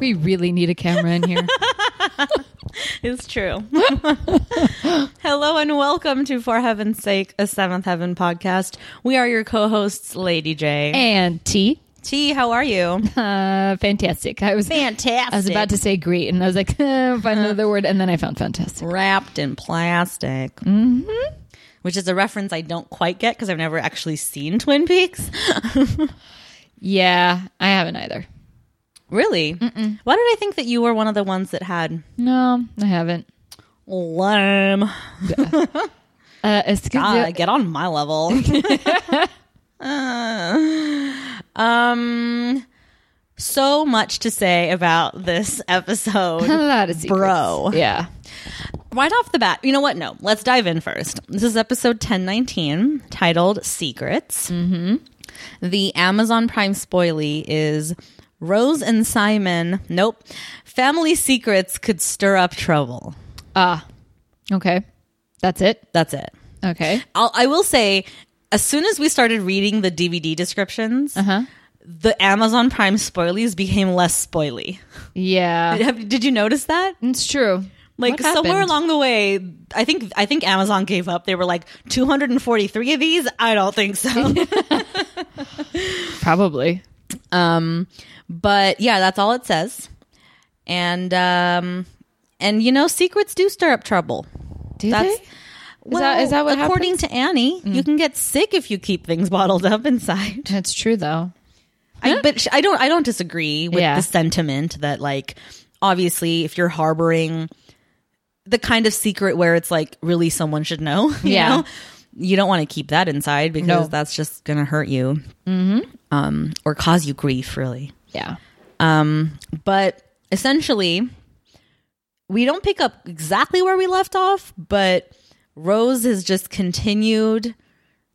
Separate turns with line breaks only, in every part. we really need a camera in here.
It's true. Hello and welcome to For Heaven's Sake, a Seventh Heaven podcast. We are your co hosts, Lady J.
and T,
T, how are you?
uh, fantastic. I was
Fantastic. Uh-huh.
I was about to say great, and I was like, eh, find another word, and then I found fantastic.
Wrapped in plastic. Mm-hmm. Which is a reference I don't quite get because I've never actually seen Twin Peaks.
Yeah, I haven't either.
Really? Why did I think that you were one of the ones that had
No, I haven't.
lame?
Uh, excuse
Ah,
me.
get on my level. Uh, um, so much to say about this
A
episode.
lot of secrets.
Bro.
Yeah.
right off the bat, you know what? No, let's dive in first. This is episode 1019 titled Secrets. Mm-hmm. The Amazon Prime spoilie is Rose and Simon. Nope. Family secrets could stir up trouble.
Ah. okay. That's it.
That's it.
Okay.
I'll, I will say, as soon as we started reading the DVD descriptions,
Huh?
the Amazon Prime spoilies became less spoily.
Yeah.
Have- Did you notice that?
It's true.
Like
What
somewhere
happened?
along the way, I think I think Amazon gave up. They were like 243 of these. I don't think so.
Probably.
um, but yeah, that's all it says. And um, and you know, secrets do stir up trouble.
Do
That's
they? Is that- is that what Mm.
according to Annie, you can get sick if you keep things bottled up inside.
That's true, though.
I, but sh- I don't. I don't disagree with
Yeah.
the sentiment that, like, obviously, if you're harboring the kind of secret where it's like really someone should know, you
Yeah.
know, you don't want to keep that inside because
No.
that's just gonna hurt you, mm-hmm. um, or cause you grief, really.
Yeah.
Um, but essentially, we don't pick up exactly where we left off, but Rose has just continued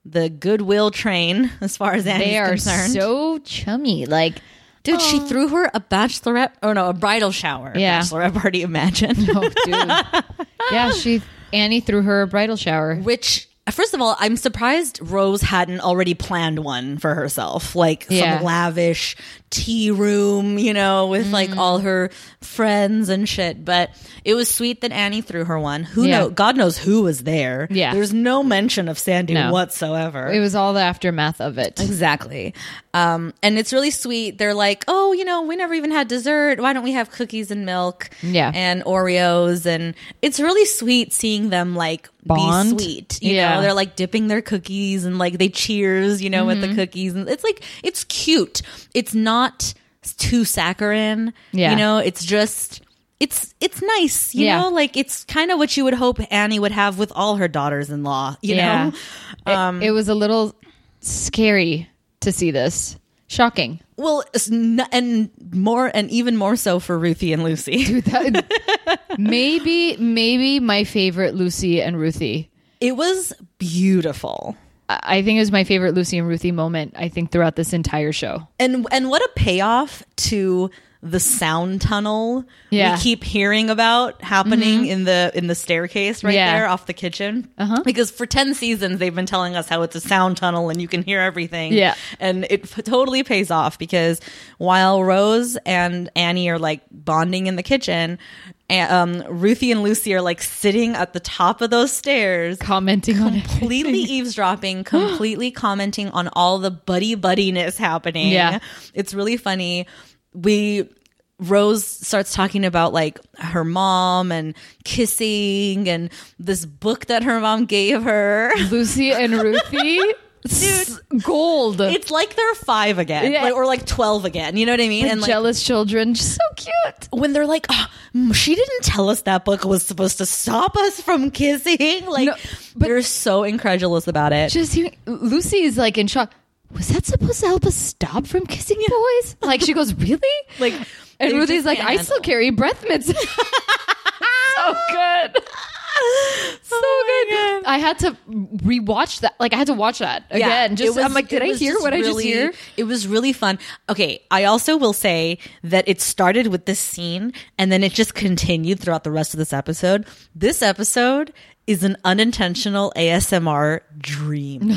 the goodwill train as far as Annie's
They are
concerned.
so chummy. Like,
Dude, she threw her a bachelorette, or no, a bridal shower.
Yeah.
Bachelorette party, imagine.
oh, dude. yeah, she, Annie threw her a bridal shower.
Which, first of all, I'm surprised Rose hadn't already planned one for herself. Like
Yeah.
some lavish tea room, you know, with
Mm.
like all her friends and shit. But it was sweet that Annie threw her one. Who
Yeah.
know? God knows who was there.
Yeah.
There's no mention of Sandy
No.
whatsoever.
It was all the aftermath of it.
Exactly. Um, and it's really sweet. They're like, oh, you know, we never even had dessert. Why don't we have cookies and milk?
Yeah.
And Oreos. And it's really sweet seeing them like
Bond?
be sweet. You
Yeah.
know, they're like dipping their cookies and like they cheers, you know,
Mm-hmm.
with the cookies. And it's like, it's cute. It's not too saccharine.
Yeah.
You know, it's just. It's it's nice, you
Yeah.
know, like it's kind of what you would hope Annie would have with all her daughters-in-law, you
Yeah.
know. Um,
it, it was a little scary to see this. Shocking.
Well, it's n- and more and even more so for Ruthie and Lucy.
maybe, maybe my favorite Lucy and Ruthie.
It was beautiful.
I I think it was my favorite Lucy and Ruthie moment, I think, throughout this entire show.
And and what a payoff to the sound tunnel
Yeah. Mm-hmm.
we keep hearing about happening in the in the staircase right
Yeah.
there off the kitchen. Uh-huh. Because for 10 seasons they've been telling us how it's a sound tunnel and you can hear everything.
Yeah.
And it f- totally pays off because while Rose and Annie are like bonding in the kitchen, a- um, Ruthie and Lucy are like sitting at the top of those stairs
Commenting on it.
completely eavesdropping, completely commenting on all the buddy buddiness happening.
Yeah.
It's really funny. We Rose starts talking about like her mom and kissing and this book that her mom gave her.
Lucy and Ruthie, s- gold.
It's like they're five again,
Yeah.
like, or like twelve again. You know what I mean?
and
like
jealous children, just so cute.
when they're like, "Ah, mm, she didn't tell us that book was supposed to stop us from kissing. Like
No, but-
they're so incredulous about it.
Just hearing, Lucy is like in shock. Was that supposed to help us stop from kissing boys? Like she goes, really?
like
and
they
Ruthie's
just
like,
can't
I
handle
still
it."
carry breath mints. so good.
so good.
I had to rewatch that. Like I had to watch that again.
it
just
was-
I'm like, did
it
I
was
hear what I just
really-
hear?
It was really fun. Okay, I also will say that it started with this scene and then it just continued throughout the rest of this episode. This episode is an unintentional ASMR dream.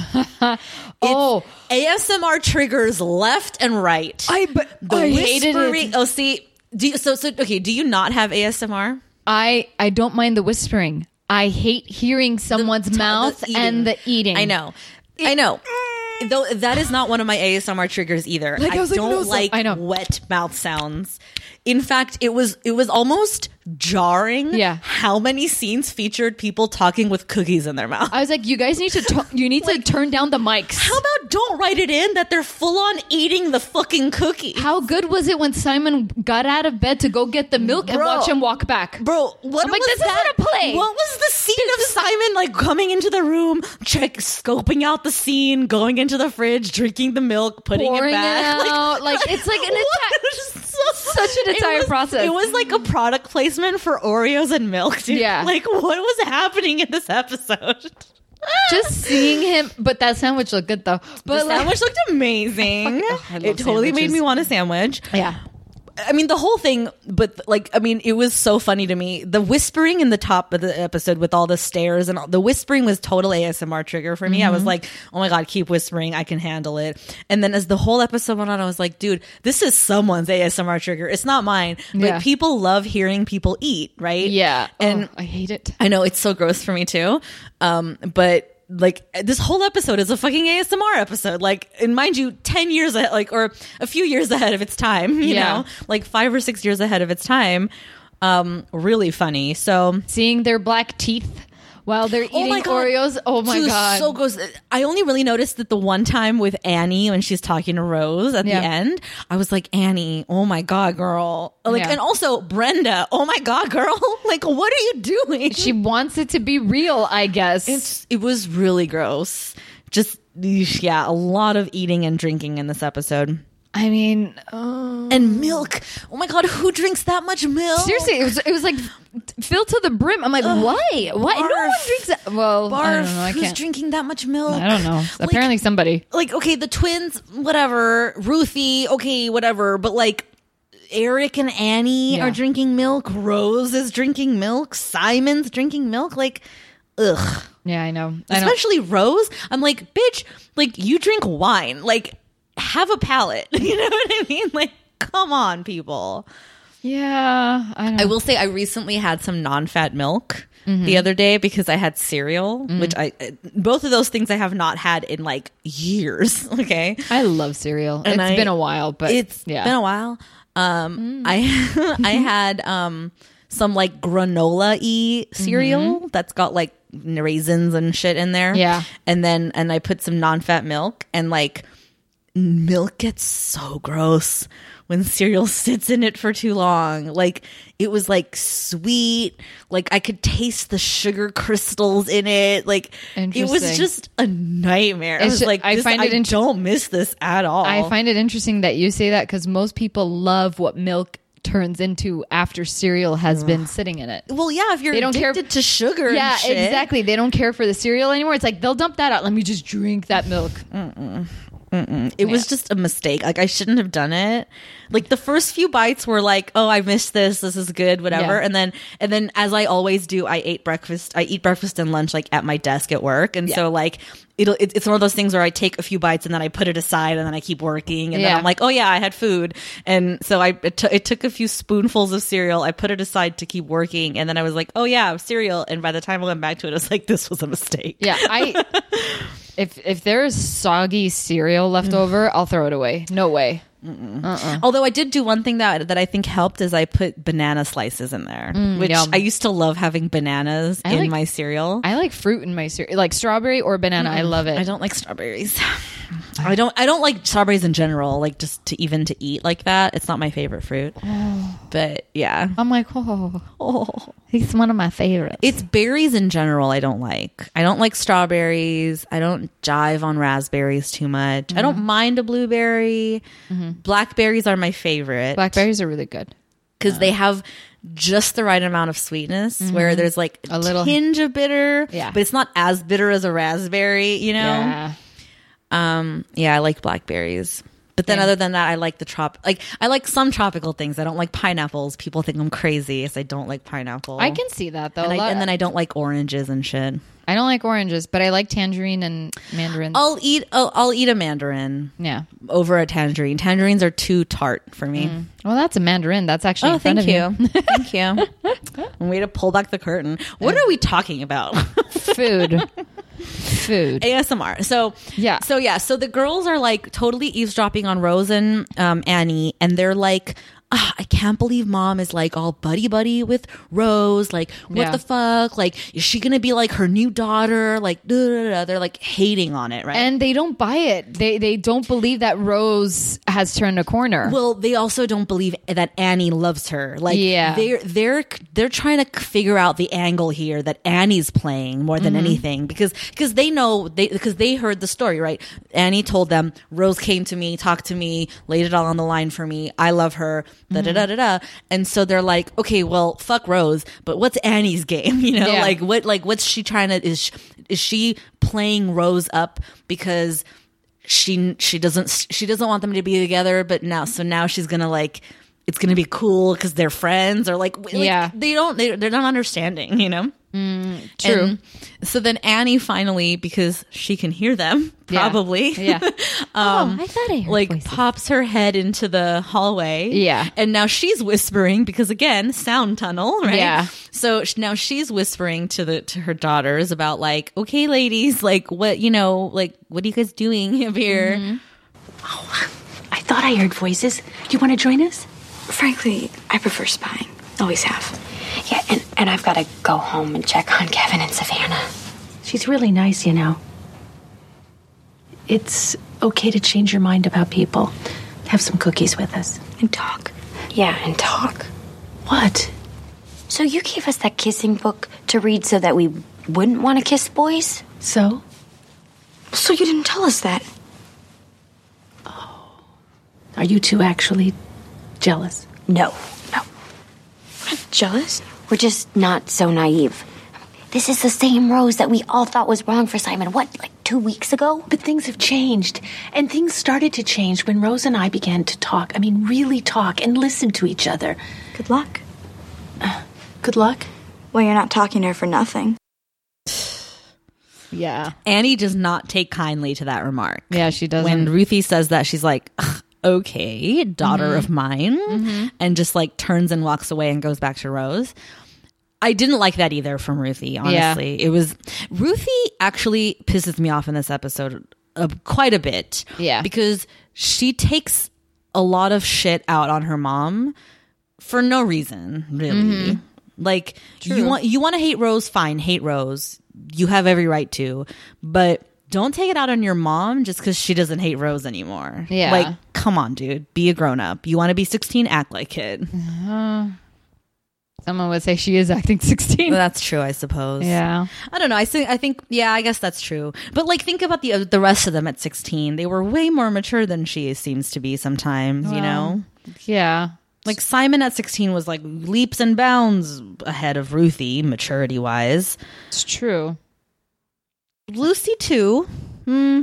Oh,
ASMR triggers left and right.
I- but
the
I hated
whispering. Oh, see, Do you, so so okay? Do you not have ASMR?
I I don't mind the whispering. I hate hearing someone's
the
mouth
eating.
and the eating.
I know, I know. Though that is not one of my ASMR triggers either.
Like, I
I,
was like,
don't
no, so-
like
I know.
wet mouth sounds. In fact, it was it was almost jarring.
Yeah.
how many scenes featured people talking with cookies in their mouth?
I was like, you guys need to tu- you need to turn down the mics.
How
How-,
about don't write it in that they're full on eating the fucking cookie?
good was it when Simon got out of bed to go get the milk and
Bro.
watch him walk back?
Bro, what
I'm like,
was
this isn't
that?
a play.
What was the scene of Simon like coming into the room, check scoping out the scene, going into the fridge, drinking the milk, putting
Pouring
it
it
back?
out. Like, it's like an
what?
entire-
It was so-
Such an
it
entire
was-
process.
It was like a product placement for Oreos and milk, dude.
Yeah.
Like what was happening in this episode?
Just seeing him, but that sandwich looked good though. But
The
like,
sandwich looked amazing.
I fucking- oh, I love
it totally made
sandwiches.
me want a sandwich.
yeah,
I mean, the whole thing, but like, I mean, it was so funny to me. The whispering in the top of the episode with all the stares and all, the whispering was total ASMR trigger for me. I was
Mm-hmm.
like, oh my God, keep whispering. I can handle it. And then as the whole episode went on, I was like, dude, this is someone's ASMR trigger. It's not mine. But
Yeah.
people love hearing people eat, right?
yeah.
And
Oh, I hate it.
I know it's so gross for me too. Um, but like this whole episode is a fucking ASMR episode. Like, and mind you, 10 years ahead, like, or a few years ahead of its time, you
Yeah.
know, like five or six years ahead of its time. Um, really funny. So,
Seeing their black teeth while they're eating
my God.
Oreos. Oh my
She was
god,
so gross. I only really noticed that the one time with Annie when she's talking to Rose at
Yeah.
the end, I was like, Annie, oh my God, girl. Like,
Yeah.
and also Brenda, oh my God, girl. like, what are you doing?
she wants it to be real. I guess
It's it was really gross. Just eesh, yeah, a lot of eating and drinking in this episode.
I mean, uh,
And milk. Oh my god, who drinks that much milk?
seriously, it was it was like filled to the brim. I'm like, why? Why? No one
barf.
drinks. That. Well,
barf.
I don't know. I
Who's
can't.
drinking that much milk?
I don't know.
Like-
Apparently, somebody.
like okay, the twins, whatever. Ruthie, okay, whatever. But like. Eric and Annie
Yeah.
are drinking milk. Rose is drinking milk. Simon's drinking milk. Like, ugh.
Yeah, I know. I don't.
especially Rose. I'm like, bitch, like you drink wine, like have a palate. You know what I mean? Like, come on, people.
Yeah, I don't.
I will say, I recently had some non-fat milk the other day because I had cereal, which I uh, both of those things I have not had in like years. Okay,
I love cereal. It's
And I-
been a while, but
it's
yeah. Mm.
been a while. Um, I I had um some like granola y cereal that's got like raisins and shit in there.
Mm-hmm. Yeah.
and then and I put some non fat milk and like milk gets so gross when cereal sits in it for too long. Like it was like sweet. Like I could taste the sugar crystals in it. Like it was
Interesting.
just a nightmare. I
It's
was
ju-
like,
I
this-
find it
I
int-
don't miss this at all.
I find it interesting that you say that because most people love what milk turns into after cereal has been sitting in it.
Well, yeah, if you're
They don't care-
addicted to sugar, and
Yeah,
shit.
exactly. They don't care for the cereal anymore. It's like they'll dump that out. Let me just drink that milk.
It was
Yeah.
just a mistake. Like I shouldn't have done it. Like the first few bites were like, oh, I missed this. This is good, whatever.
Yeah.
And then, and then, as I always do, I ate breakfast. I eat breakfast and lunch like at my desk at work, and so like it'll. It, it's one of those things where I take a few bites and then I put it aside, and then I keep working, and
Yeah.
then I'm like, oh yeah, I had food, and so I it, took- it took a few spoonfuls of cereal. I put it aside to keep working, and then I was like, oh yeah, cereal. And by the time I went back to it, I was like, this was a mistake.
Yeah, I. if if there is soggy cereal left over, I'll throw it away. No way.
Although I did do one thing that that I think helped is I put banana slices in there, which
Mm, yum.
I used to love having bananas
I
in
like-
my cereal. I,
I like fruit in my cereal, like strawberry or banana. I love it.
Mm. don't like strawberries. I don't. I don't like strawberries in general. Like just to even to eat like that, it's not my favorite fruit. but yeah,
I'm like, oh, he's one of my favorites.
it's berries in general. I don't like. I don't like strawberries. I don't jive on raspberries too much. I
Mm.
don't mind a blueberry.
Mm-hmm.
Blackberries are my favorite.
Blackberries are really good.
because they have just the right amount of sweetness where there's like a
A little-
little tinge of bitter
Yeah.
but it's not as bitter as a raspberry you know yeah,
Yeah.
um, yeah i like blackberries But then, other than that, I like the trop. Like I like some tropical things. I don't like pineapples. People think I'm crazy because I don't like pineapple.
I can see that though.
and,
A
I,
lot-
and then I don't like oranges and shit.
I don't like oranges, but I like tangerine and mandarin.
I'll eat. I'll, I'll eat a mandarin
yeah.
over a tangerine. Tangerines are too tart for me.
Well, that's a mandarin. That's actually
Oh,
in front
thank
of you.
you. thank you. Way to pull back the curtain. What are we talking about?
Food. Food.
ASMR. So
Yeah.
So yeah. So the girls are like totally eavesdropping on Rose and um, Annie, and they're like. "Ah, I can't believe mom is like all buddy buddy with Rose. Like, what
Yeah.
the fuck? Like, is she gonna be like her new daughter? Like, da, da, da, da. they're like hating on it, right?
And they don't buy it. They they don't believe that Rose has turned a corner.
Well, they also don't believe that Annie loves her. Like
Yeah.
they're they're they're trying to figure out the angle here that Annie's playing more than
Mm-hmm.
anything because because they know they because they heard the story, right? Annie told them Rose came to me, talked to me, laid it all on the line for me. I love her. Da
Mm-hmm.
da da da da. And so they're like, "Okay, well, fuck Rose, but what's Annie's game?" You know,
Yeah.
like what like what's she trying to is she, is she playing Rose up because she she doesn't she doesn't want them to be together but now so now she's gonna like it's gonna be cool because they're friends or like, w- like,
Yeah. Mm,
they don't they, they're not understanding you know And
True.
so then annie finally because she can hear them
Yeah.
probably
Yeah.
um
oh, I thought I heard
like
voices.
pops her head into the hallway
Yeah.
and now she's whispering because again sound tunnel right
Yeah.
so sh- now she's whispering to the to her daughters about like okay ladies like what you know like what are you guys doing up here
Mm-hmm.
I thought I heard voices. You want to join us?
Frankly, I prefer spying. Always have.
Yeah, and, and I've got to go home and check on Kevin and Savannah. She's really nice, you know. It's okay to change your mind about people. Have some cookies with us.
And talk.
Yeah, and talk.
What?
So you gave us that kissing book to read so that we wouldn't want to kiss boys?
So?
So you didn't tell us that.
Are you two actually jealous?
No, no.
Jealous?
We're just not so naive. This is the same rose that we all thought was wrong for Simon, what, like two weeks ago?
But things have changed, and things started to change when Rose and I began to talk. I mean, really talk and listen to each other.
Good luck.
Good luck.
Well, you're not talking to her for nothing.
yeah.
Annie does not take kindly to that remark.
Yeah, she doesn't.
When Ruthie says that, she's like, "Ugh, okay, daughter
Mm-hmm.
of mine, and just like turns and walks away and goes back to Rose. I didn't like that either from Ruthie, honestly. It was, Ruthie actually pisses me off in this episode uh, quite a bit.
Yeah.
Because she takes a lot of shit out on her mom for no reason, really.
Mm-hmm.
Like you want you want to hate Rose, fine, hate Rose. You have every right to, but don't take it out on your mom just because she doesn't hate Rose anymore.
Yeah.
like come on, dude, be a grown up. You want to be sixteen, act like it.
Someone would say she is acting 16.
That's true, I suppose.
yeah.
I don't know. I think I think yeah, I guess that's true. But like think about the uh, the rest of them at 16. They were way more mature than she seems to be sometimes, you know.
Yeah.
Like Simon at 16 was like leaps and bounds ahead of Ruthie maturity wise.
It's true.
Lucy too. Hmm.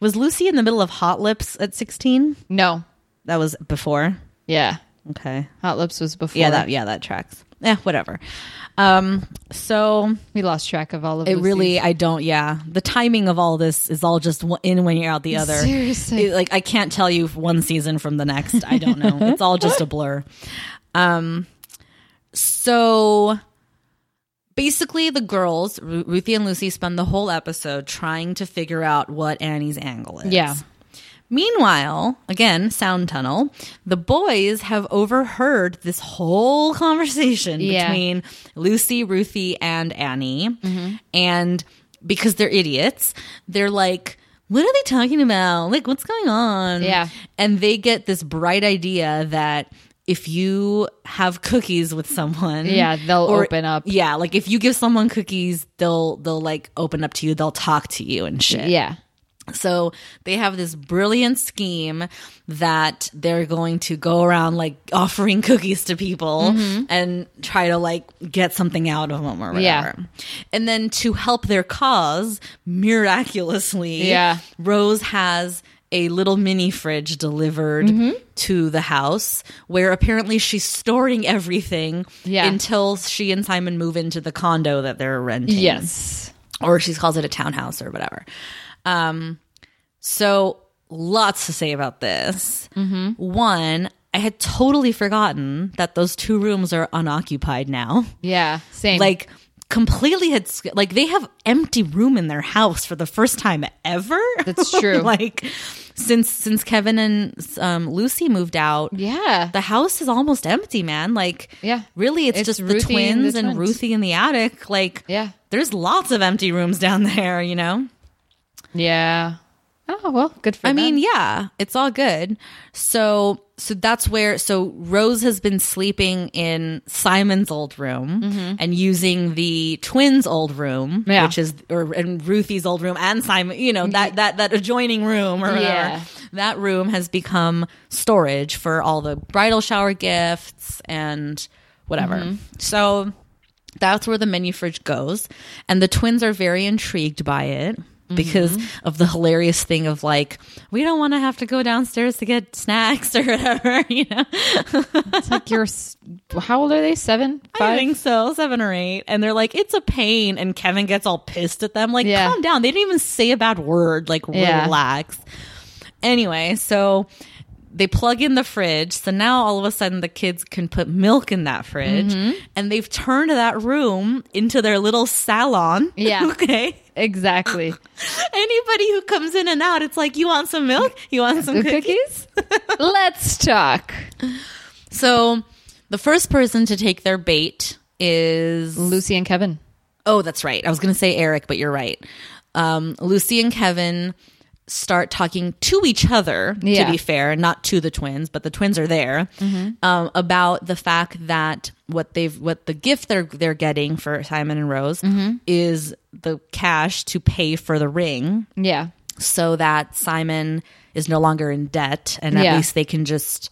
Was Lucy in the middle of Hot Lips at 16?
No.
That was before.
Yeah.
Okay.
Hot Lips was before.
Yeah, that yeah, that tracks. Yeah, whatever. Um so
We lost track of all of
it
Lucy's-
really I don't yeah. The timing of all this is all just one- in when you're out the other.
Seriously.
It- like I can't tell you one season from the next. I don't know. it's all just a blur. Um so basically the girls Ru- Ruthie and Lucy spend the whole episode trying to figure out what Annie's angle is.
Yeah.
Meanwhile, again, sound tunnel, the boys have overheard this whole conversation
Yeah.
between Lucy, Ruthie, and Annie. And because they're idiots, they're like, what are they talking about? Like, what's going on?
Yeah.
And they get this bright idea that if you have cookies with someone,
Yeah, they'll open up.
Yeah, like if you give someone cookies, they'll they'll like open up to you, they'll talk to you and shit.
Yeah.
So they have this brilliant scheme that they're going to go around like offering cookies to people and try to like get something out of them or whatever.
Mm-hmm. Yeah.
And then to help their cause, miraculously,
Yeah.
Rose has a little mini fridge delivered
Mm-hmm.
to the house where apparently she's storing everything
Yeah.
until she and Simon move into the condo that they're renting
Yes.
or she calls it a townhouse or whatever. Um, so lots to say about this.
Mm-hmm.
One, I had totally forgotten that those two rooms are unoccupied now.
Yeah. Same.
Like completely had like they have empty room in their house for the first time ever.
That's true.
like since since Kevin and um, Lucy moved out,
yeah.
the house is almost empty, man. Like,
Yeah.
really, it's,
It's
just the
Ruthie and the
twins and,
twins.
Ruthie in the attic. Like,
Yeah.
there's lots of empty rooms down there. You know,
yeah. Oh well, good for
I mean,
them.
yeah, it's all good. So, so that's where. So Rose has been sleeping in Simon's old room and using the twins' old room,
Mm-hmm. Yeah. Mm-hmm.
which is or and Ruthie's old room and Simon. You know that that that adjoining room or whatever.
Yeah.
That room has become storage for all the bridal shower gifts and whatever. So that's where the mini fridge goes and the twins are very intrigued by it because of the hilarious thing of like we don't want to have to go downstairs to get snacks or whatever you know
it's like you're. s- How old are they? Seven,
i
five.
think so seven or eight and they're like it's a pain and kevin gets all pissed at them like
Yeah.
calm down they didn't even say a bad word like
Yeah.
relax anyway so they plug in the fridge so now all of a sudden the kids can put milk in that fridge
Mm-hmm.
and they've turned that room into their little salon
Yeah.
okay
exactly.
Anybody who comes in and out, it's like, you want some milk? You want some
The
cookies?
cookies. Let's talk.
So the first person to take their bait is.
Lucy and Kevin.
Oh, that's right. I was going to say Eric, but you're right. Um, Lucy and Kevin start talking to each other, to
Yeah. Mm-hmm.
be fair, not to the twins, but the twins are there, um, about the fact that what they've, what the gift they're, they're getting for Simon and Rose
Mm-hmm.
is the cash to pay for the ring.
Yeah.
so that Simon is no longer in debt and at
Yeah.
least they can just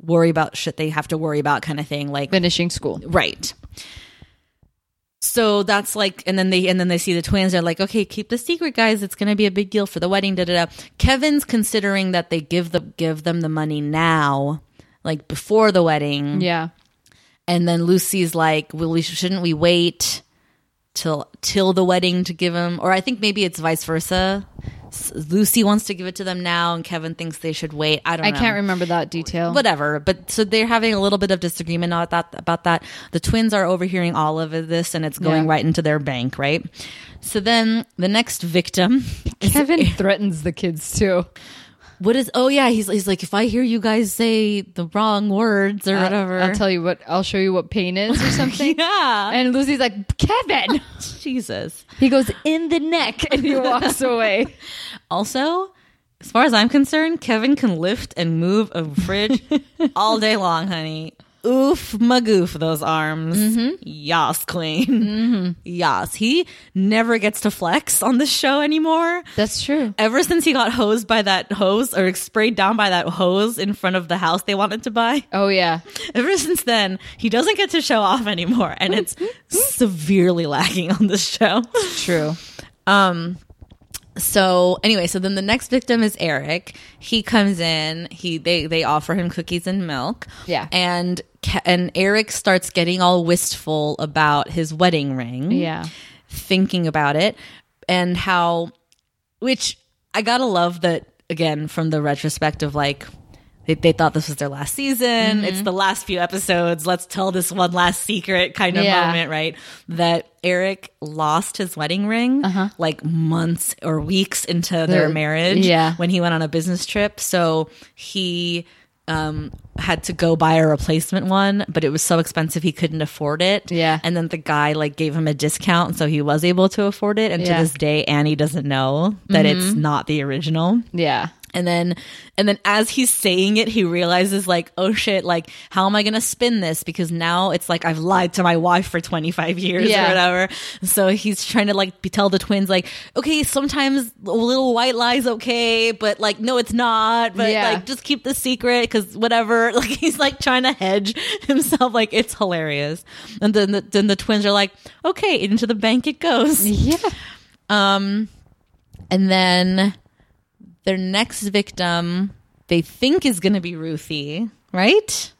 worry about shit they have to worry about kind of thing like
Finishing school.
right so that's like and then they and then they see the twins they're like okay keep the secret guys it's going to be a big deal for the wedding da da da Kevin's considering that they give the give them the money now like before the wedding
Yeah.
and then Lucy's like, "Well, we shouldn't we wait till till the wedding to give him?" Or I think maybe it's vice versa. S- Lucy wants to give it to them now, and Kevin thinks they should wait. I don't.
I
know.
can't remember that detail.
Whatever. But so they're having a little bit of disagreement about that. About that, the twins are overhearing all of this, and it's going
Yeah.
right into their bank, right? So then the next victim, is-
Kevin threatens the kids too.
what is? Oh yeah, he's he's like, if I hear you guys say the wrong words or whatever,
I'll tell you what. I'll show you what pain is or something.
Yeah.
And Lucy's like, Kevin.
Jesus.
He goes in the neck and he walks away.
Also, as far as I'm concerned, Kevin can lift and move a fridge all day long, honey. Oof, magoof, those arms. Yas, queen. Yas. He never gets to flex on this show anymore.
That's true.
Ever since he got hosed by that hose or sprayed down by that hose in front of the house they wanted to buy,
Oh yeah.
ever since then, he doesn't get to show off anymore. And it's severely lacking on this show.
True.
So anyway, so then the next victim is Eric. He comes in. He they they offer him cookies and milk.
Yeah.
and Ke- and Eric starts getting all wistful about his wedding ring.
Yeah.
thinking about it and how, which I gotta love that again from the retrospective, like. They, they thought this was their last season.
Mm-hmm.
It's the last few episodes. Let's tell this one last secret kind of
Yeah.
moment, right? That Eric lost his wedding ring
Uh-huh.
like months or weeks into their marriage
yeah.
when he went on a business trip. So he um, had to go buy a replacement one, but it was so expensive he couldn't afford it.
Yeah.
And then the guy like gave him a discount, so he was able to afford it. And
Yeah. Mm-hmm.
to this day, Annie doesn't know that it's not the original.
Yeah.
And then, and then as he's saying it, he realizes like, oh shit, like, how am I going to spin this? Because now it's like, I've lied to my wife for 25 years
Yeah.
or whatever. So he's trying to like be- tell the twins like, okay, sometimes a little white lie's okay, but like, no, it's not. But
Yeah.
like, just keep the secret because whatever. Like, he's like trying to hedge himself. Like, it's hilarious. And then the, then the twins are like, okay, into the bank it goes.
Yeah.
And then Their next victim, they think is going to be Ruthie, right?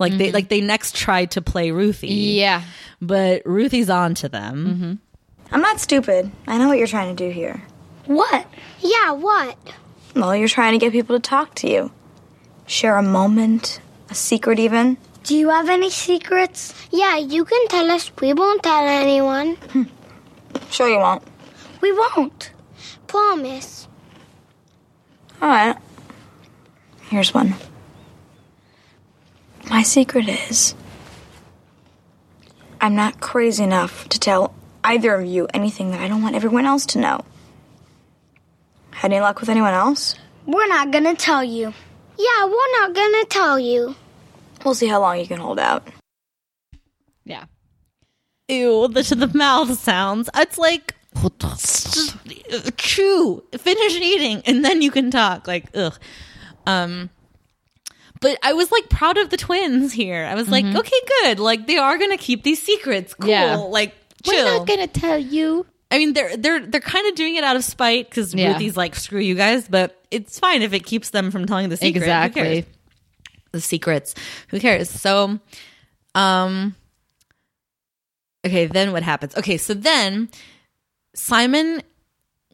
Like they like they next tried to play Ruthie,
Mm-hmm. Yeah. Mm-hmm.
but Ruthie's on to them.
I'm not stupid. I know what you're trying to do here.
What? Yeah, what?
Well, you're trying to get people to talk to you, share a moment, a secret, even.
Do you have any secrets? Yeah, you can tell us. We won't tell anyone.
Sure, you won't.
We won't. Promise.
All right. Here's one. My secret is I'm not crazy enough to tell either of you anything that I don't want everyone else to know. Had any luck with anyone else?
We're not gonna tell you. Yeah, we're not gonna tell you.
We'll see how long you can hold out.
Yeah.
Ew, the to the mouth sounds. It's like just, uh, chew, finish eating, and then you can talk. Like ugh. Um, but I was like proud of the twins here. I was like, okay, good. Like they are gonna keep these secrets. Cool.
Mm-hmm. Yeah.
Like chill.
gonna tell you.
I mean, they're they're they're kind of doing it out of spite because
Yeah.
Ruthie's like, screw you guys. But it's fine if it keeps them from telling the secret. Who cares?
Exactly.
the secrets. Who cares? So, um, okay, then what happens? Okay, so then Simon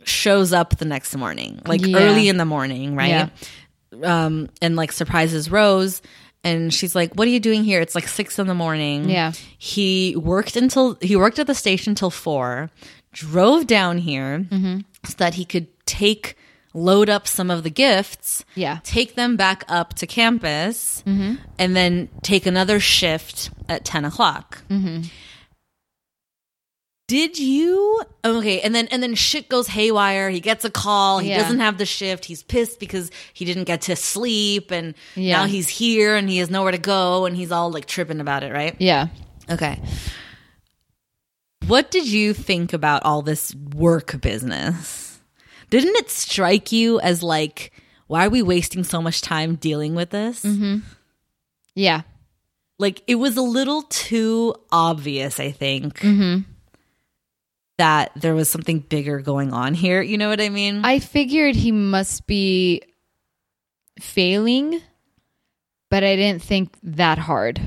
shows up the next morning, like
Yeah.
early in the morning, right? Um, and like surprises Rose. And she's like, "What are you doing here?" It's like six in the morning.
Yeah.
he worked until he worked at the station till four, drove down here
Mm-hmm.
so that he could take load up some of the gifts
Yeah. Mm-hmm.
take them back up to campus and then take another shift at 10 o'clock
Mm-hmm.
did you okay and then and then shit goes haywire he gets a call he
Yeah.
doesn't have the shift he's pissed because he didn't get to sleep and
Yeah.
now he's here and he has nowhere to go and he's all like tripping about it right
Yeah.
okay what did you think about all this work business? Didn't it strike you as like, why are we wasting so much time dealing with this?
Yeah.
Mm-hmm. Like, it was a little too obvious, I think, that there was something bigger going on here. You know what I mean?
I figured he must be failing, but I didn't think that hard.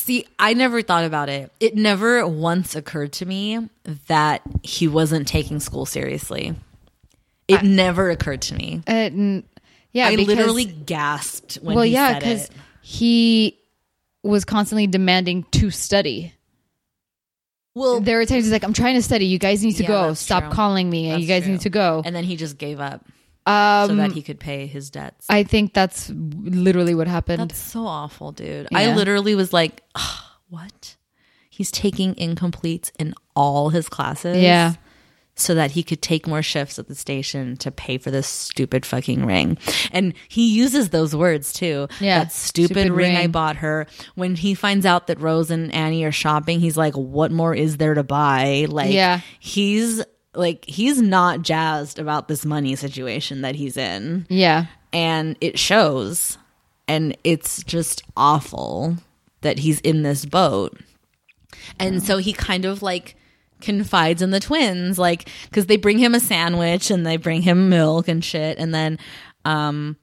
See, I never thought about it. It never once occurred to me that he wasn't taking school seriously. It never occurred to me.
Uh, n- yeah,
I
because-
literally gasped when
well,
he
yeah,
said it.
he was constantly demanding to study.
Well,
There were times he's like, "I'm trying to study. You guys need to
Yeah,
go.
that's
Stop
true.
calling me. and you guys
That's
need to
true.
go."
And then he just gave up
um,
so that he could pay his debts.
I think that's literally what happened.
That's so awful, dude.
Yeah.
I literally was like, "Ugh, what? He's taking incompletes in all his classes.
yeah,
So that he could take more shifts at the station to pay for this stupid fucking ring. And he uses those words too.
Yeah.
That stupid,
Stupid
ring, I
ring.
bought her. When he finds out that Rose and Annie are shopping, he's like, what more is there to buy? Like,
Yeah.
he's like, he's not jazzed about this money situation that he's in
yeah,
and it shows and it's just awful that he's in this boat and so he kind of like confides in the twins like because they bring him a sandwich and they bring him milk and shit and then um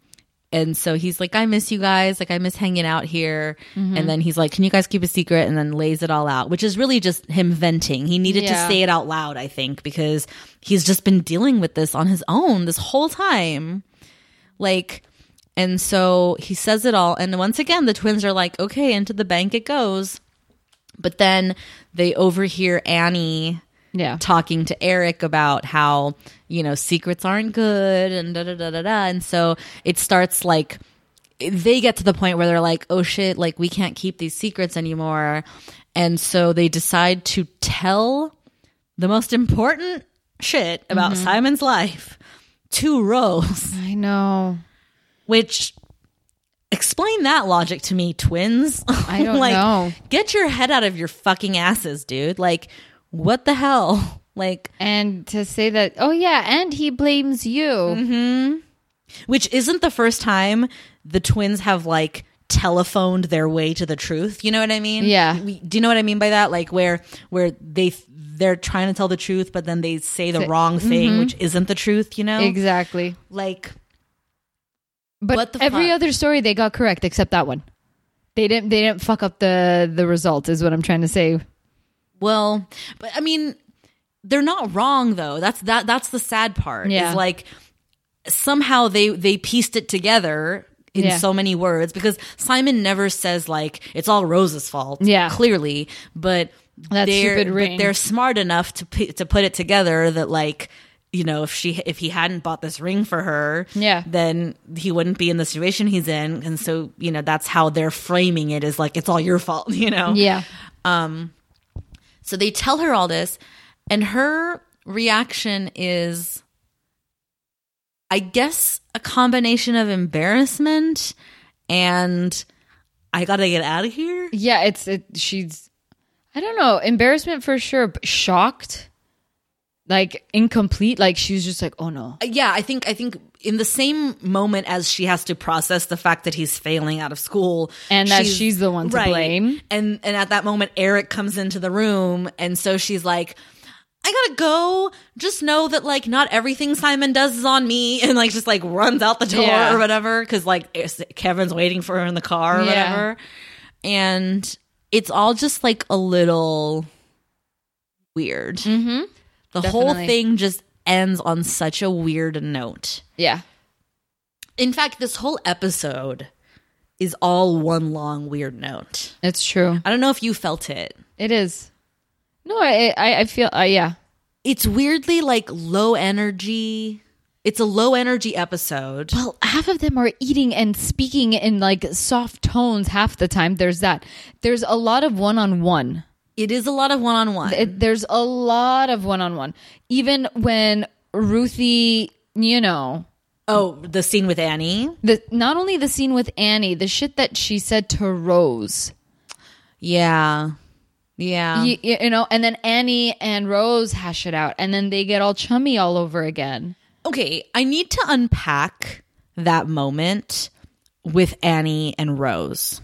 and so he's like i miss you guys like i miss hanging out here and then he's like can you guys keep a secret and then lays it all out which is really just him venting he needed
Yeah.
to say it out loud i think because he's just been dealing with this on his own this whole time like and so he says it all and once again the twins are like okay into the bank it goes but then they overhear Annie
yeah.
talking to Eric about how, you know, secrets aren't good and da da da da da. And so it starts like they get to the point where they're like, oh shit, like we can't keep these secrets anymore. And so they decide to tell the most important shit about Simon's life to Rose,
I know.
which explain that logic to me, twins.
I don't
like,
know.
Get your head out of your fucking asses, dude. Like, what the hell? Like,
And to say that, oh yeah, and he blames you.
Mm-hmm. which isn't the first time the twins have like telephoned their way to the truth. You know what I mean?
Yeah.
We, do you know what I mean by that? Like where where they they're trying to tell the truth, but then they say the wrong thing,
Mm-hmm.
which isn't the truth, you know?
Exactly.
Like, What
But
the
every
fuck?
other story they got correct except that one. They didn't. They didn't fuck up the the result. Is what I'm trying to say.
well, but I mean, they're not wrong though. That's that that's the sad part. is,
Yeah.
like somehow they they pieced it together in
Yeah.
so many words because Simon never says like it's all Rose's fault.
Yeah.
Clearly, but
That
they're,
stupid
but
ring.
they're smart enough to p- to put it together that like you know if she if he hadn't bought this ring for her
Yeah.
then he wouldn't be in the situation he's in and so you know that's how they're framing it is like it's all your fault you know
Yeah.
Um, so they tell her all this and her reaction is i guess a combination of embarrassment and i gotta get out of here
Yeah. It's it. She's. I don't know. Embarrassment for sure. But shocked. Like incomplete. Like she's just like, oh no.
yeah i think i think in the same moment as she has to process the fact that he's failing out of school
And that she's the one to blame.
and and at that moment eric comes into the room and so she's like i gotta go just know that like not everything simon does is on me and like just like runs out the door
Yeah.
or whatever because like it's- kevin's waiting for her in the car or
Yeah.
whatever and it's all just like a little weird mm-hmm. the whole
Definitely.
thing just ends on such a weird note
Yeah.
in fact, this whole episode is all one long weird note.
It's true.
I don't know if you felt it.
It is. No, I I, I feel. Uh, yeah.
It's weirdly like low energy. It's a low energy episode.
Well, half of them are eating and speaking in like soft tones half the time. There's that. There's a lot of one on one.
It is a lot of one on one.
It, there's a lot of one on one. Even when Ruthie, you know,
Oh, the scene with Annie.
the not only the scene with Annie, the shit that she said to Rose,
Yeah. Yeah.
you, you know, and then Annie and Rose hash it out, and then they get all chummy all over again.
Okay. I need to unpack that moment with Annie and Rose.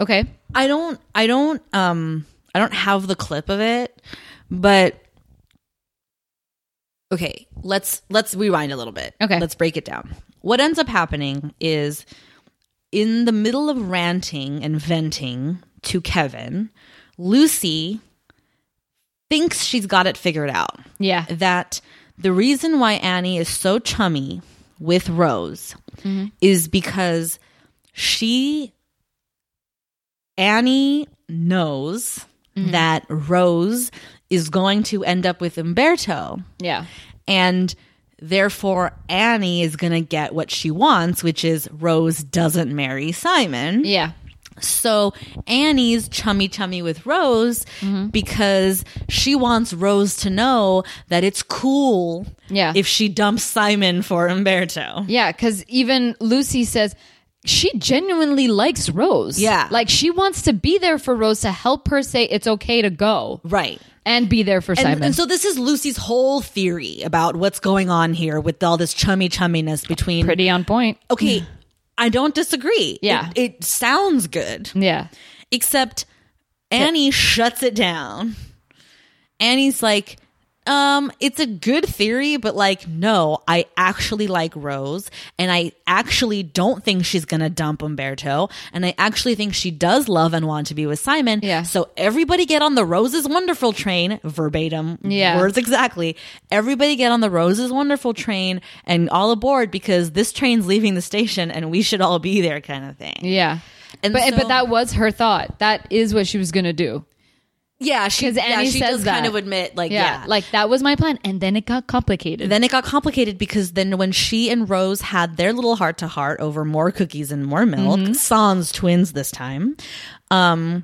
Okay,
I don't I don't um I don't have the clip of it, but okay, let's let's rewind a little bit.
Okay.
Let's break it down. What ends up happening is in the middle of ranting and venting to Kevin, Lucy thinks she's got it figured out
yeah,
that the reason why Annie is so chummy with Rose is because she, Annie knows that Rose is going to end up with Umberto.
yeah,
And therefore, Annie is going to get what she wants, which is Rose doesn't marry Simon.
yeah,
So Annie's chummy chummy with Rose
Mm-hmm.
because she wants Rose to know that it's cool
Yeah.
if she dumps Simon for Umberto.
yeah. Because even Lucy says. She genuinely likes Rose.
Yeah.
Like she wants to be there for Rose to help her say it's okay to go
Right.
and be there for
And,
Simon.
and so this is Lucy's whole theory about what's going on here with all this chummy chumminess between
Pretty on point.
Okay, I don't disagree.
Yeah.
It, it sounds good.
Yeah.
except Annie shuts it down. Annie's like, um, it's a good theory, but like, no, I actually like Rose, and I actually don't think she's gonna dump Umberto, and I actually think she does love and want to be with Simon.
Yeah.
So everybody get on the Rose's Wonderful train, verbatim,
Yeah.
words exactly. Everybody get on the Rose's Wonderful train and all aboard because this train's leaving the station and we should all be there, kind of thing.
Yeah.
And
but
so-
but that was her thought. That is what she was gonna do.
Yeah, she,
'Cause Annie
yeah, she
says
does
that.
kind of admit, like, yeah.
Yeah. Like that was my plan. And then it got complicated.
then it got complicated because then when she and Rose had their little heart to heart over more cookies and more milk,
Mm-hmm.
sans twins this time, um,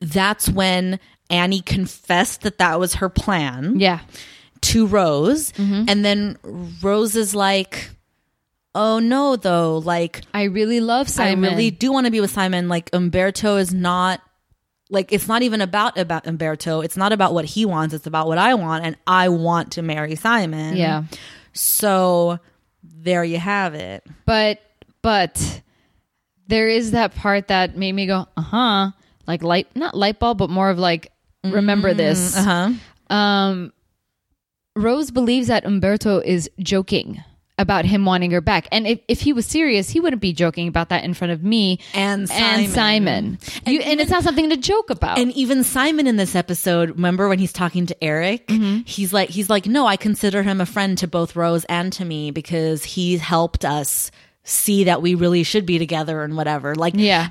that's when Annie confessed that that was her plan
yeah. Mm-hmm.
to Rose. And then Rose is like, oh no, though, like,
I really love Simon.
I really do want to be with Simon. Like Umberto is not like it's not even about about Umberto. It's not about what he wants. It's about what I want, and I want to marry Simon.
Yeah.
So there you have it.
But but "Uh-huh." there is that part that made me go, uh huh. Like light not light bulb, but more of like Remember this.
Uh-huh.
Um, Rose believes that Umberto is joking about him wanting her back. And if, if he was serious, he wouldn't be joking about that in front of me
And
and Simon. You, and it's not something to joke about.
And even Simon in this episode, remember when he's talking to Eric?
Mm-hmm.
He's like, he's like, no, I consider him a friend to both Rose and to me because he helped us see that we really should be together and whatever. Like,
yeah.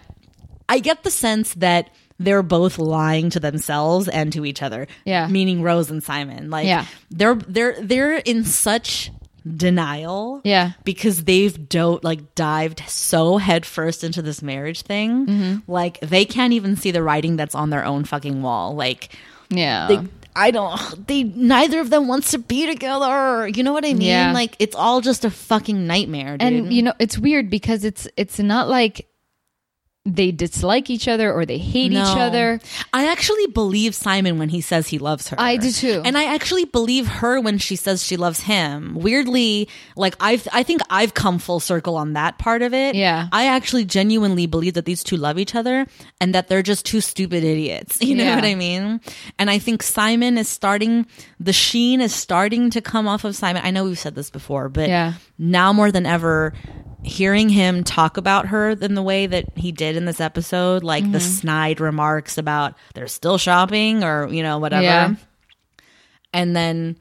I get the sense that they're both lying to themselves and to each other.
Yeah.
meaning Rose and Simon. Like,
Yeah.
they're they're they're in such denial.
Yeah.
because they've do like dived so headfirst into this marriage thing.
Mm-hmm.
Like they can't even see the writing that's on their own fucking wall. Like
Yeah.
they I don't they neither of them wants to be together. You know what I mean?
Yeah.
Like it's all just a fucking nightmare, dude.
and you know, it's weird because it's it's not like they dislike each other or they hate each
No.
other.
I actually believe Simon when he says he loves her.
I do too.
And I actually believe her when she says she loves him. Weirdly, like I've I think I've come full circle on that part of it.
Yeah.
I actually genuinely believe that these two love each other and that they're just two stupid idiots. You know
Yeah.
what I mean? And I think Simon is starting the sheen is starting to come off of Simon. I know we've said this before, but
Yeah.
now more than ever hearing him talk about her in the way that he did in this episode like
Mm-hmm.
the snide remarks about they're still shopping or you know whatever
Yeah.
and then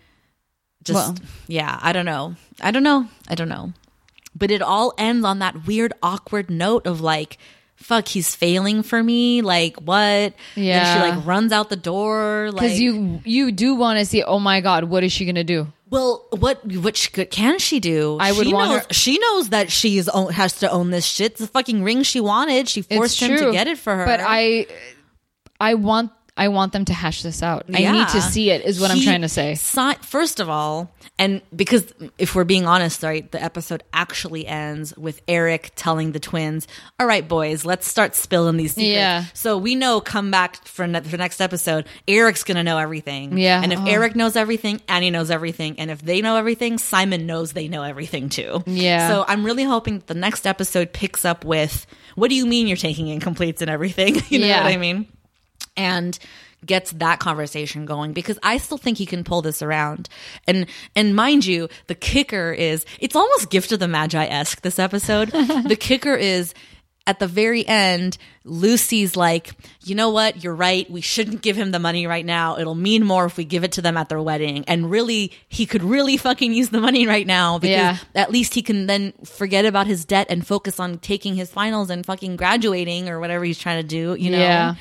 just
Well-
yeah i don't know i don't know i don't know but it all ends on that weird awkward note of like fuck he's failing for me like what and
Yeah.
she like runs out the door like
Because you you do want to see, oh my God, what is she gonna do?
well, what what sh- can she do?
I would
she
want
knows,
her-
She knows that she's own, has to own this shit. It's the fucking ring she wanted. She forced him to get it for her.
But I, I want, I want them to hash this out. I need to
Yeah.
see it. Is what I'm
He
trying to say.
si- first of all, and because if we're being honest, right, the episode actually ends with Eric telling the twins, "All right, boys, let's start spilling these secrets."
Yeah.
So we know, come back for ne- for next episode, Eric's gonna know everything.
Yeah.
And if
Oh.
Eric knows everything, Annie knows everything, and if they know everything, Simon knows they know everything too.
Yeah.
So I'm really hoping that the next episode picks up with, "What do you mean you're taking incompletes and everything?" you know
Yeah.
what I mean? and gets that conversation going because I still think he can pull this around. And and mind you, the kicker is it's almost gift of the magi esque this episode. the kicker is at the very end, Lucy's like, you know what, you're right. We shouldn't give him the money right now. It'll mean more if we give it to them at their wedding. And really, he could really fucking use the money right now because
Yeah.
at least he can then forget about his debt and focus on taking his finals and fucking graduating or whatever he's trying to do, you know?
Yeah.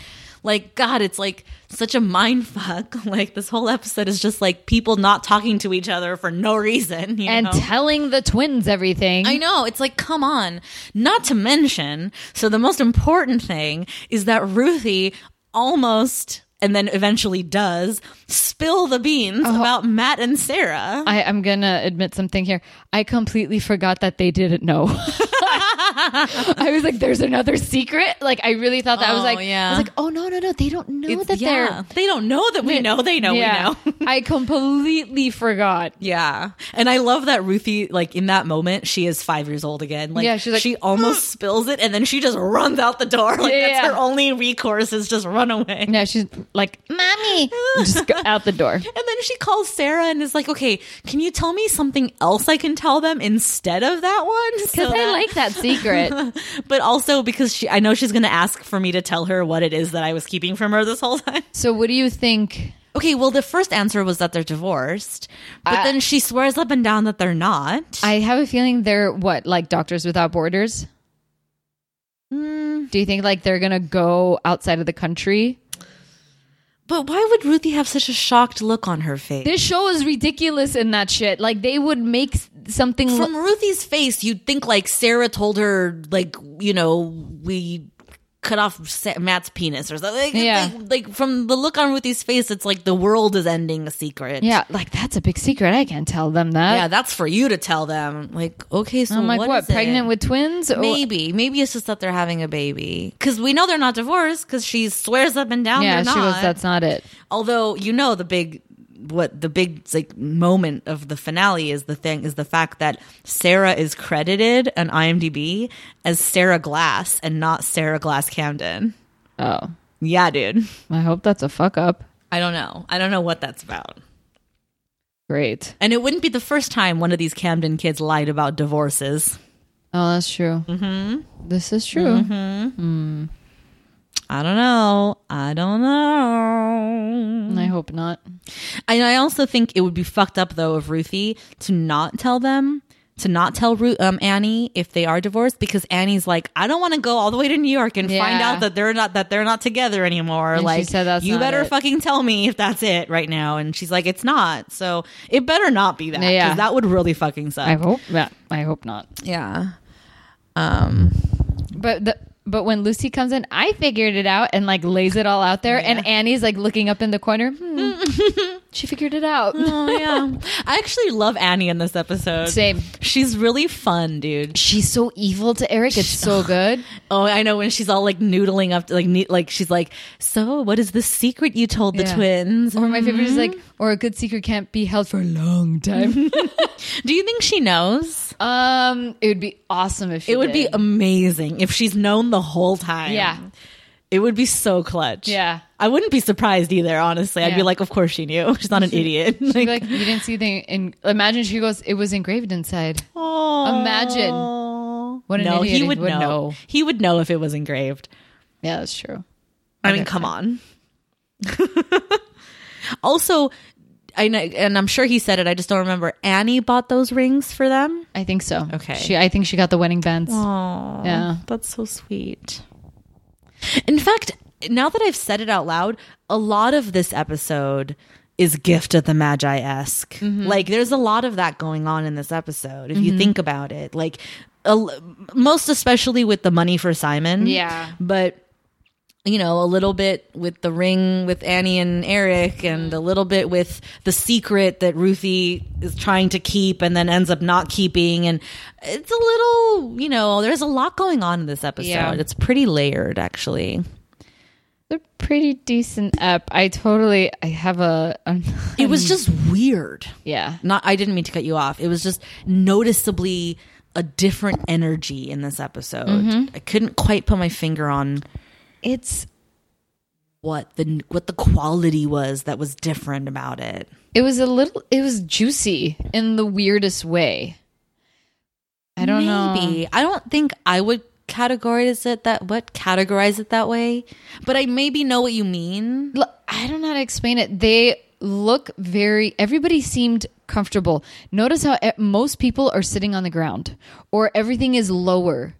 Like God, it's like such a mind fuck. Like this whole episode is just like people not talking to each other for no reason. You
And
know?
telling the twins everything.
I know. It's like, come on. Not to mention, so the most important thing is that Ruthie almost and then eventually does spill the beans
Oh.
about Matt and Sarah.
I, I'm gonna admit something here. I completely forgot that they didn't know. I was like, "There's another secret." Like, I really thought that I was
Oh,
like,
yeah.
"I was like, oh no, no, no, they don't know that
yeah. They don't know that we
they're."
know they know
Yeah.
we know.
I completely forgot.
Yeah. And I love that Ruthie, like in that moment, she is five years old again. Like,
Yeah, she's like,
she almost spills it and then she just runs out the door. Like
Yeah,
that's
yeah.
her only recourse is just run away.
No, she's like, "Mommy," just go out the door.
And then she calls Sarah and is like, okay, can you tell me something else I can tell them instead of that one?
Because
So
I
that-
like that secret.
but also because she, I know she's going to ask for me to tell her what it is that I was keeping from her this whole time.
so, what do you think?
Okay, well, the first answer was that they're divorced, but
I-
then she swears up and down that they're not.
I have a feeling they're what, like Doctors Without Borders? Do you think like they're gonna go outside of the country?
But why would Ruthie have such a shocked look on her face?
This show is ridiculous in that shit. Like they would make s- something.
From Ruthie's face, you'd think like Sarah told her, like you know, we cut off Sa- Matt's penis or something. Like,
Yeah.
Like, like, from the look on Ruthie's face, it's like the world is ending a secret.
yeah, like that's a big secret. I can't tell them that.
Yeah, that's for you to tell them. Like, okay, so
I'm like, what?
is it?
pregnant with oh. twins? Or-
Maybe, maybe it's just that they're having a baby because we know they're not divorced because she swears up and down.
yeah,
they're
she
not.
was. That's not it.
although you know the big what the big like moment of the finale is the thing is the fact that Sarah is credited on IMDb as Sarah Glass and not Sarah Glass Camden.
Oh,
Yeah, dude.
I hope that's a fuck up.
I don't know. I don't know what that's about.
Great.
And it wouldn't be the first time one of these Camden kids lied about divorces.
Oh, that's true. Mm-hmm. This is true.
I don't know. I don't know.
I hope not.
And I also think it would be fucked up though of Ruthie to not tell them, to not tell Ru- um, Annie if they are divorced, because Annie's like, I don't want to go all the way to New York and find
Yeah.
out that they're not that they're not together anymore.
she
like,
said that's
you
not
better
it.
fucking tell me if that's it right now. And she's like, it's not. So it better not be that. 'cause
Yeah.
that would really fucking suck.
I hope that. I hope not.
yeah. Um.
But the but when Lucy comes in, I figured it out and like lays it all out there, and Annie's like looking up in the corner. Hmm. she figured it out.
Oh yeah. I actually love Annie in this episode.
Same.
She's really fun, dude.
She's so evil to Eric. It's so good.
Oh, I know when she's all like noodling up, to, like ne- like she's like, "So, what is the secret you told the
Yeah.
twins?"
Or my favorite is like,
Mm-hmm.
or a good secret can't be held for a long time.
Do you think she knows?
um, it would be awesome if she
It would be
did.
amazing if she's known the whole time.
yeah,
it would be so clutch.
Yeah.
I wouldn't be surprised either. Honestly, I'd
Yeah.
be like, "Of course she knew. She's not an idiot."
She'd be like you didn't see the. In- Imagine she goes, it was engraved inside.
"Aw."
Imagine. What an
no,
idiot
he
it
would
would
know.
know.
He would know if it was engraved.
Yeah, that's true.
I mean, come on. also, I know, and I'm sure he said it. I just don't remember. Annie bought those rings for them.
I think so.
Okay.
She, I think she got the wedding bands.
Aww,
Yeah.
that's so sweet. In fact, now that I've said it out loud, a lot of this episode is gift of the magi esque. Like, there's a lot of that going on in this episode. If you think about it, like, a l- most especially with the money for Simon.
Yeah.
but you know, a little bit with the ring with Annie and Eric, and a little bit with the secret that Ruthie is trying to keep and then ends up not keeping. And it's a little, you know, there's a lot going on in this episode.
Yeah.
It's pretty layered, actually.
They're pretty decent up. I totally. I have a.
It was just weird.
yeah.
Not, I didn't mean to cut you off. It was just noticeably a different energy in this episode. I couldn't quite put my finger on
It's.
what the what the quality was that was different about it.
It was a little. It was juicy in the weirdest way. I don't know.
Maybe. I don't think I would categorize it that what categorize it that way, but I maybe know what you mean.
L- I don't know how to explain it. They look very. Everybody seemed comfortable. Notice how e- most people are sitting on the ground, or everything is lower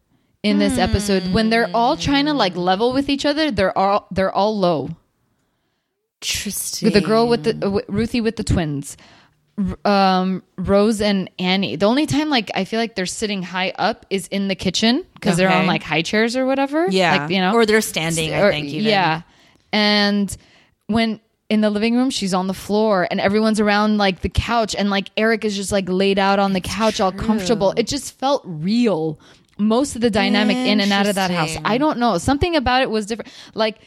in this episode. When they're
Hmm.
all trying to like level with each other, they're all they're all low.
Interesting.
With the girl with the uh, wi- Ruthie with the twins, R- um, Rose and Annie. The only time like I feel like they're sitting high up is in the kitchen because they're on
Okay.
like high chairs or whatever.
yeah,
like, you know,
or they're standing. I
Or-
think even.
yeah. And when in the living room, she's on the floor and everyone's around like the couch and like Eric is just like laid out on the couch, all comfortable. It just felt real. Most of the dynamic in and out of that house. I don't know. Something about it was different. Like.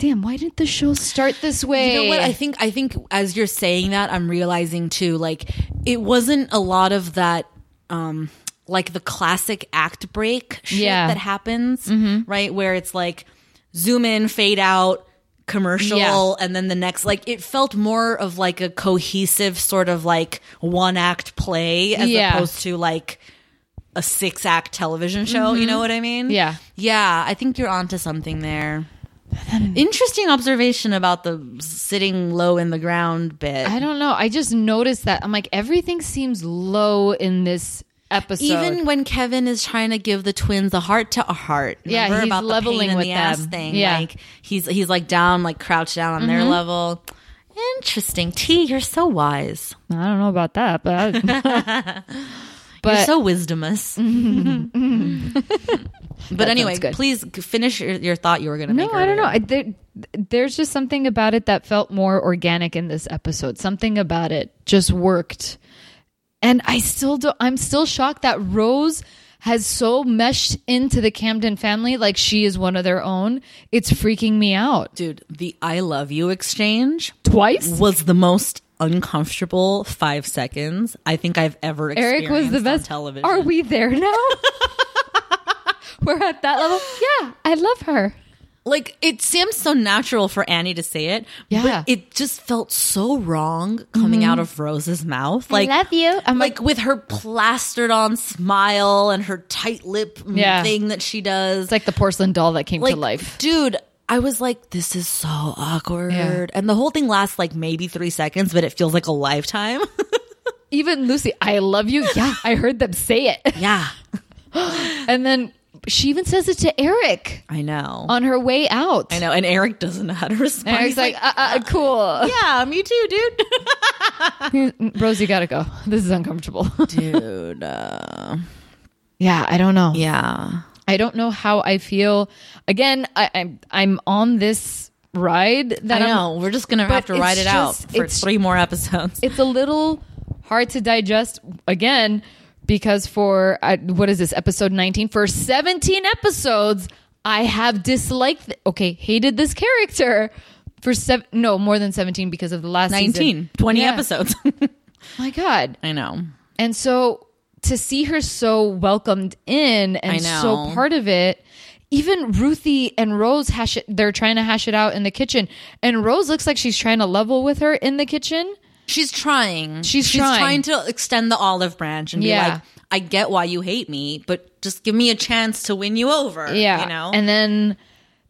Damn, why didn't the show start this way?
You know what? I think I think as you're saying that, I'm realizing too. Like it wasn't a lot of that. um like the classic act break shit
Yeah. Mm-hmm.
that happens, right? Where it's like zoom in, fade out, commercial,
Yeah.
and then the next. Like it felt more of like a cohesive sort of like one act play as
Yeah.
opposed to like a six act television show. You know what I mean?
Mm-hmm. Yeah.
Yeah. I think you're onto something there. Interesting observation about the sitting low in the ground bit.
I don't know. I just noticed that. I'm like, everything seems low in this episode.
Even when Kevin is trying to give the twins a heart to a heart,
Yeah,
remember
he's
about the pain
leveling
in
with
the ass
them.
thing.
Yeah. Mm-hmm.
Like he's he's like down, like crouched down on their level. Interesting. T, you're so wise.
I don't know about that, but but
you're so wisdomous. but anyway,
sounds good.
please g- finish your, your thought you were going to
no,
make.
I don't know.
earlier.
I, there, there's just something about it that felt more organic in this episode. Something about it just worked, and I still do. I'm still shocked that Rose has so meshed into the Camden family like she is one of their own. It's freaking me out.
Dude, the I love you exchange
Twice,
was the most uncomfortable five seconds I think I've ever experienced
Eric was the
on
best.
television.
Are we there now? We're at that level. Yeah, I love her.
Like it seems so natural for Annie to say it,
Yeah. Mm-hmm.
but it just felt so wrong coming out of Rose's mouth. Like
love you.
I'm
like,
like-
with her plastered on smile and her tight lip mm,
Yeah.
thing that she does.
It's like the porcelain doll that came
like
to life.
dude. I was like, this is so awkward.
Yeah.
And the whole thing lasts like maybe three seconds, but it feels like a lifetime.
Even Lucy, I love you. Yeah, I heard them say it.
yeah.
And then she even says it to Eric
I know.
on her way out.
I know. And Eric doesn't know how to respond.
Eric's
He's
like, uh, uh, cool.
yeah, me too, dude. uh,
Rosie, gotta go. This is uncomfortable.
dude. Uh,
yeah, I don't know.
yeah.
I don't know how I feel. Again, I, I'm I'm on this ride that
I
I'm-
know. We're just going to
but
have to
it's
ride it out
just-
for
it's-
three more episodes.
it's a little hard to digest again because for uh, what is this episode 19 for 17 episodes i have disliked th- okay hated this character for seven no more than 17 because of the last
19,
season.
20
Yeah.
episodes.
my god
I know.
and so to see her so welcomed in and
I know.
so part of it, even Ruthie and Rose hash it, they're trying to hash it out in the kitchen. And Rose looks like she's trying to level with her in the kitchen.
She's trying.
She's
She's trying.
trying.
to extend the olive branch and
Yeah.
be like, I get why you hate me, but just give me a chance to win you over.
Yeah.
You know?
And then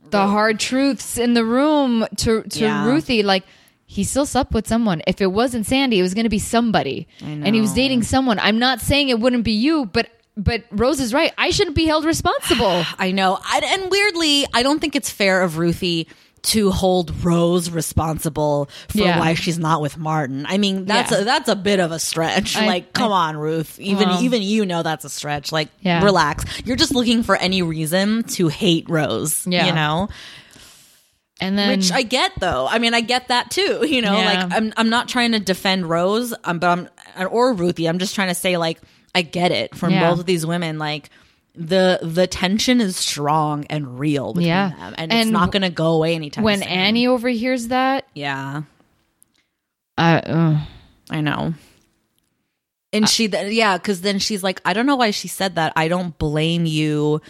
the hard truths in the room to, to
Yeah.
Ruthie, like, he still slept with someone. If it wasn't Sandy, it was going to be somebody. And he was dating someone. I'm not saying it wouldn't be you, but but Rose is right. I shouldn't be held responsible.
I know. I, and weirdly, I don't think it's fair of Ruthie to hold Rose responsible for
Yeah.
why she's not with Martin. I mean, that's
Yeah.
a, that's a bit of a stretch.
I-
like, come on, Ruth. Even even you know that's a stretch. Like,
Yeah.
relax. You're just looking for any reason to hate Rose.
Yeah.
You know.
And then
Which I get though. I mean, I get that too. You know,
Yeah.
like I'm I'm not trying to defend Rose, um, but I'm or Ruthie. I'm just trying to say like I get it from
Yeah.
both of these women. Like the the tension is strong and real between
Yeah.
them, and, it's
And
not going to go away anytime
when
soon.
Annie overhears that,
yeah,
I, uh,
I know. And she, th- yeah, because then she's like, I don't know why she said that. I don't blame you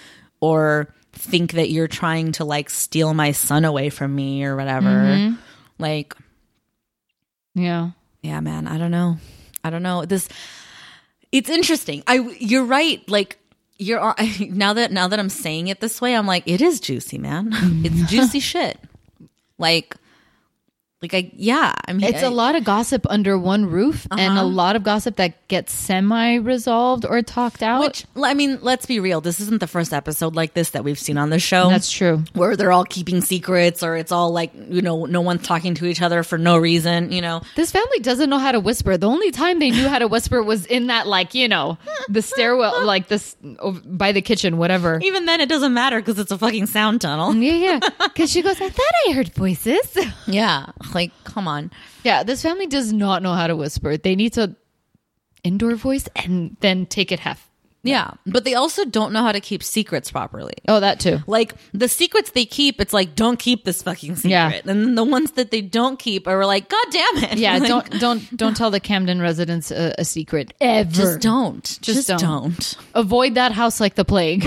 or think that you're trying to like steal my son away from me or whatever.
Mm-hmm.
Like,
yeah.
yeah man i don't know i don't know this it's interesting i you're right like you're uh, now that now that i'm saying it this way i'm like it is juicy man it's juicy shit like like i yeah i mean
It's a lot of gossip under one roof and a lot of gossip that gets semi resolved or talked out.
which i mean let's be real this isn't the first episode like this that we've seen on the show
That's true.
where they're all keeping secrets or it's all like you know no one's talking to each other for no reason you know
This family doesn't know how to whisper. The only time they knew how to whisper was in that, like, you know, the stairwell, like this ov- by the kitchen, whatever.
even then it doesn't matter because it's a fucking sound tunnel
Yeah, yeah. Because she goes, I thought I heard voices.
yeah like come on
yeah, this family does not know how to whisper. They need to indoor voice and then take it half.
Yeah, but they also don't know how to keep secrets properly.
Oh, that too.
Like the secrets they keep, it's like don't keep this fucking secret.
Yeah.
And then the ones that they don't keep are like, God damn it!
Yeah,
Like,
don't don't don't tell the Camden residents a, a secret ever.
just don't, just, don't.
don't. Avoid that house like the plague.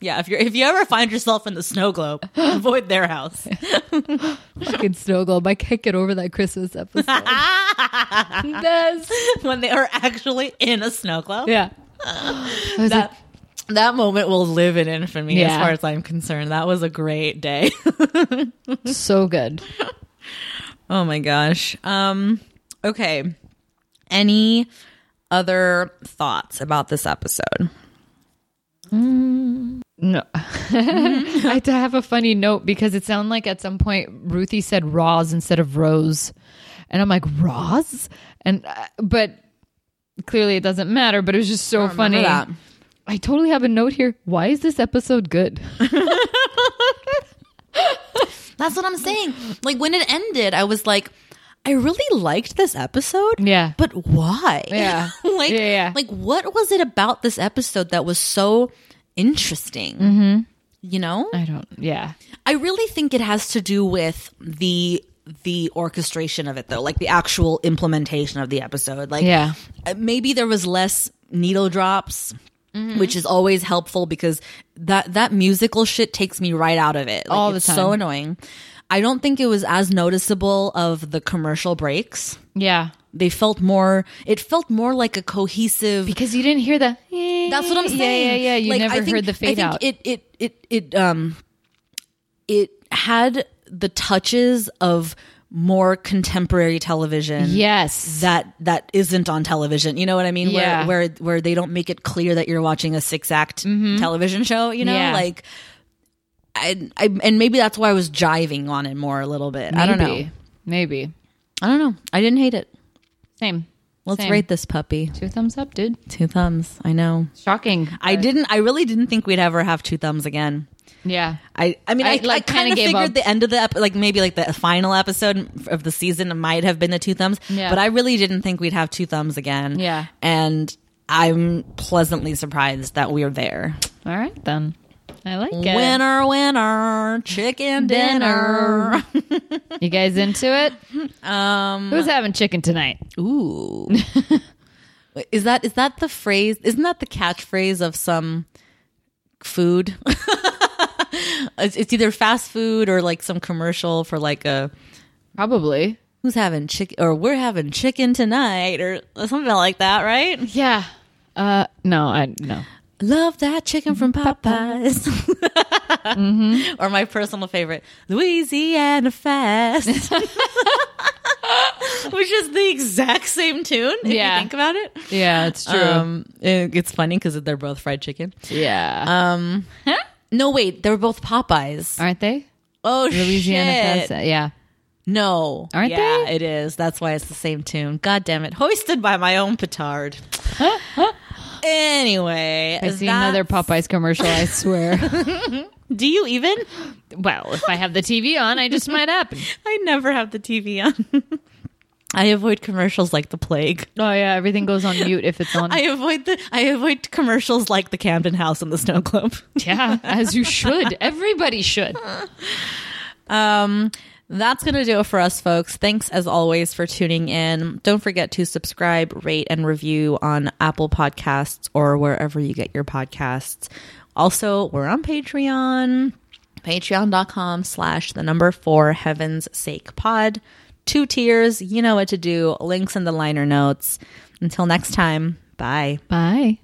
Yeah, if you are if you ever find yourself in the snow globe, avoid their house.
Fucking snow globe. I can't get over that Christmas episode. Yes.
when they are actually in a snow globe,
Yeah. I was like,
that that moment will live in infamy as
Yeah.
far as I'm concerned. That was a great day.
so good.
Oh my gosh. Um okay. Any other thoughts about this episode?
No. Mm-hmm. I had to have a funny note because it sounded like at some point Ruthie said Roz instead of Rose. And I'm like, Roz? And uh, but clearly it doesn't matter, but it was just so funny.
that.
I totally have a note here. Why is this episode good?
That's what I'm saying. Like when it ended, I was like I really liked this episode.
Yeah.
But why?
Yeah.
like
Yeah, yeah.
like what was it about this episode that was so interesting?
Mm-hmm.
You know?
I don't yeah.
I really think it has to do with the the orchestration of it though, like the actual implementation of the episode. Like
Yeah.
uh, maybe there was less needle drops Which is always helpful because that that musical shit takes me right out of it. Like,
All the
it's
time.
So annoying. I don't think it was as noticeable of the commercial breaks.
Yeah.
They felt more. It felt more like a cohesive.
Because you didn't hear the.
That's what I'm saying.
Yeah, yeah, yeah. You
Like,
never
I think-
heard the fade
I
out.
think It it it it um it had the touches of more contemporary television.
yes.
That that isn't on television. You know what I mean?
Yeah.
Where where where they don't make it clear that you're watching a six act television show, you know?
Mm-hmm. Yeah.
Like I, I and maybe that's why I was jiving on it more a little bit. I don't know.
Maybe. Maybe.
I don't know. I didn't hate it.
Same.
Let's
Same.
rate this puppy.
Two thumbs up, dude.
Two thumbs. I know.
Shocking.
I didn't. I really didn't think we'd ever have two thumbs again.
Yeah.
I. I mean,
I,
I,
like,
I kind
kinda
of
gave
figured
up.
the end of the ep- like maybe like the final episode of the season might have been the two thumbs,
Yeah.
but I really didn't think we'd have two thumbs again.
Yeah.
and I'm pleasantly surprised that we're there.
All right, then. I like it.
Winner, winner, chicken dinner.
You guys into it? Um, Who's having chicken tonight?
Ooh, is that is that the phrase? Isn't that the catchphrase of some food? it's, it's either fast food or like some commercial for like a
Probably.
who's having chicken or we're having chicken tonight or something like that, right?
Yeah. Uh, no, I no.
Love that chicken from
Mm-hmm.
Popeyes. Or my personal favorite, Louisiana Fast. Which is the exact same tune if
Yeah.
you think about it.
Yeah, it's true.
Um, it- it's funny because they're both fried chicken.
yeah,
No, wait, they're both Popeyes.
um, aren't they?
Oh
Louisiana
shit!
Fest. Yeah.
No,
Aren't
yeah,
they?
it is. That's why it's the same tune. God damn it! Hoisted by my own petard. anyway,
I see
that-
another Popeyes commercial. I swear.
Do you even?
well, if I have the TV on, I just might happen.
I never have the TV on. I avoid commercials like the plague.
Oh yeah, everything goes on mute if it's on.
I avoid the I avoid commercials like the Camden House and the Snow Globe.
yeah, as you should. Everybody should.
Um, that's going to do it for us, folks. Thanks as always for tuning in. Don't forget to subscribe, rate, and review on Apple Podcasts or wherever you get your podcasts. Also, we're on Patreon, patreon.com slash the number four heaven's sake pod. Two tiers, you know what to do. Links in the liner notes. Until next time, bye.
Bye.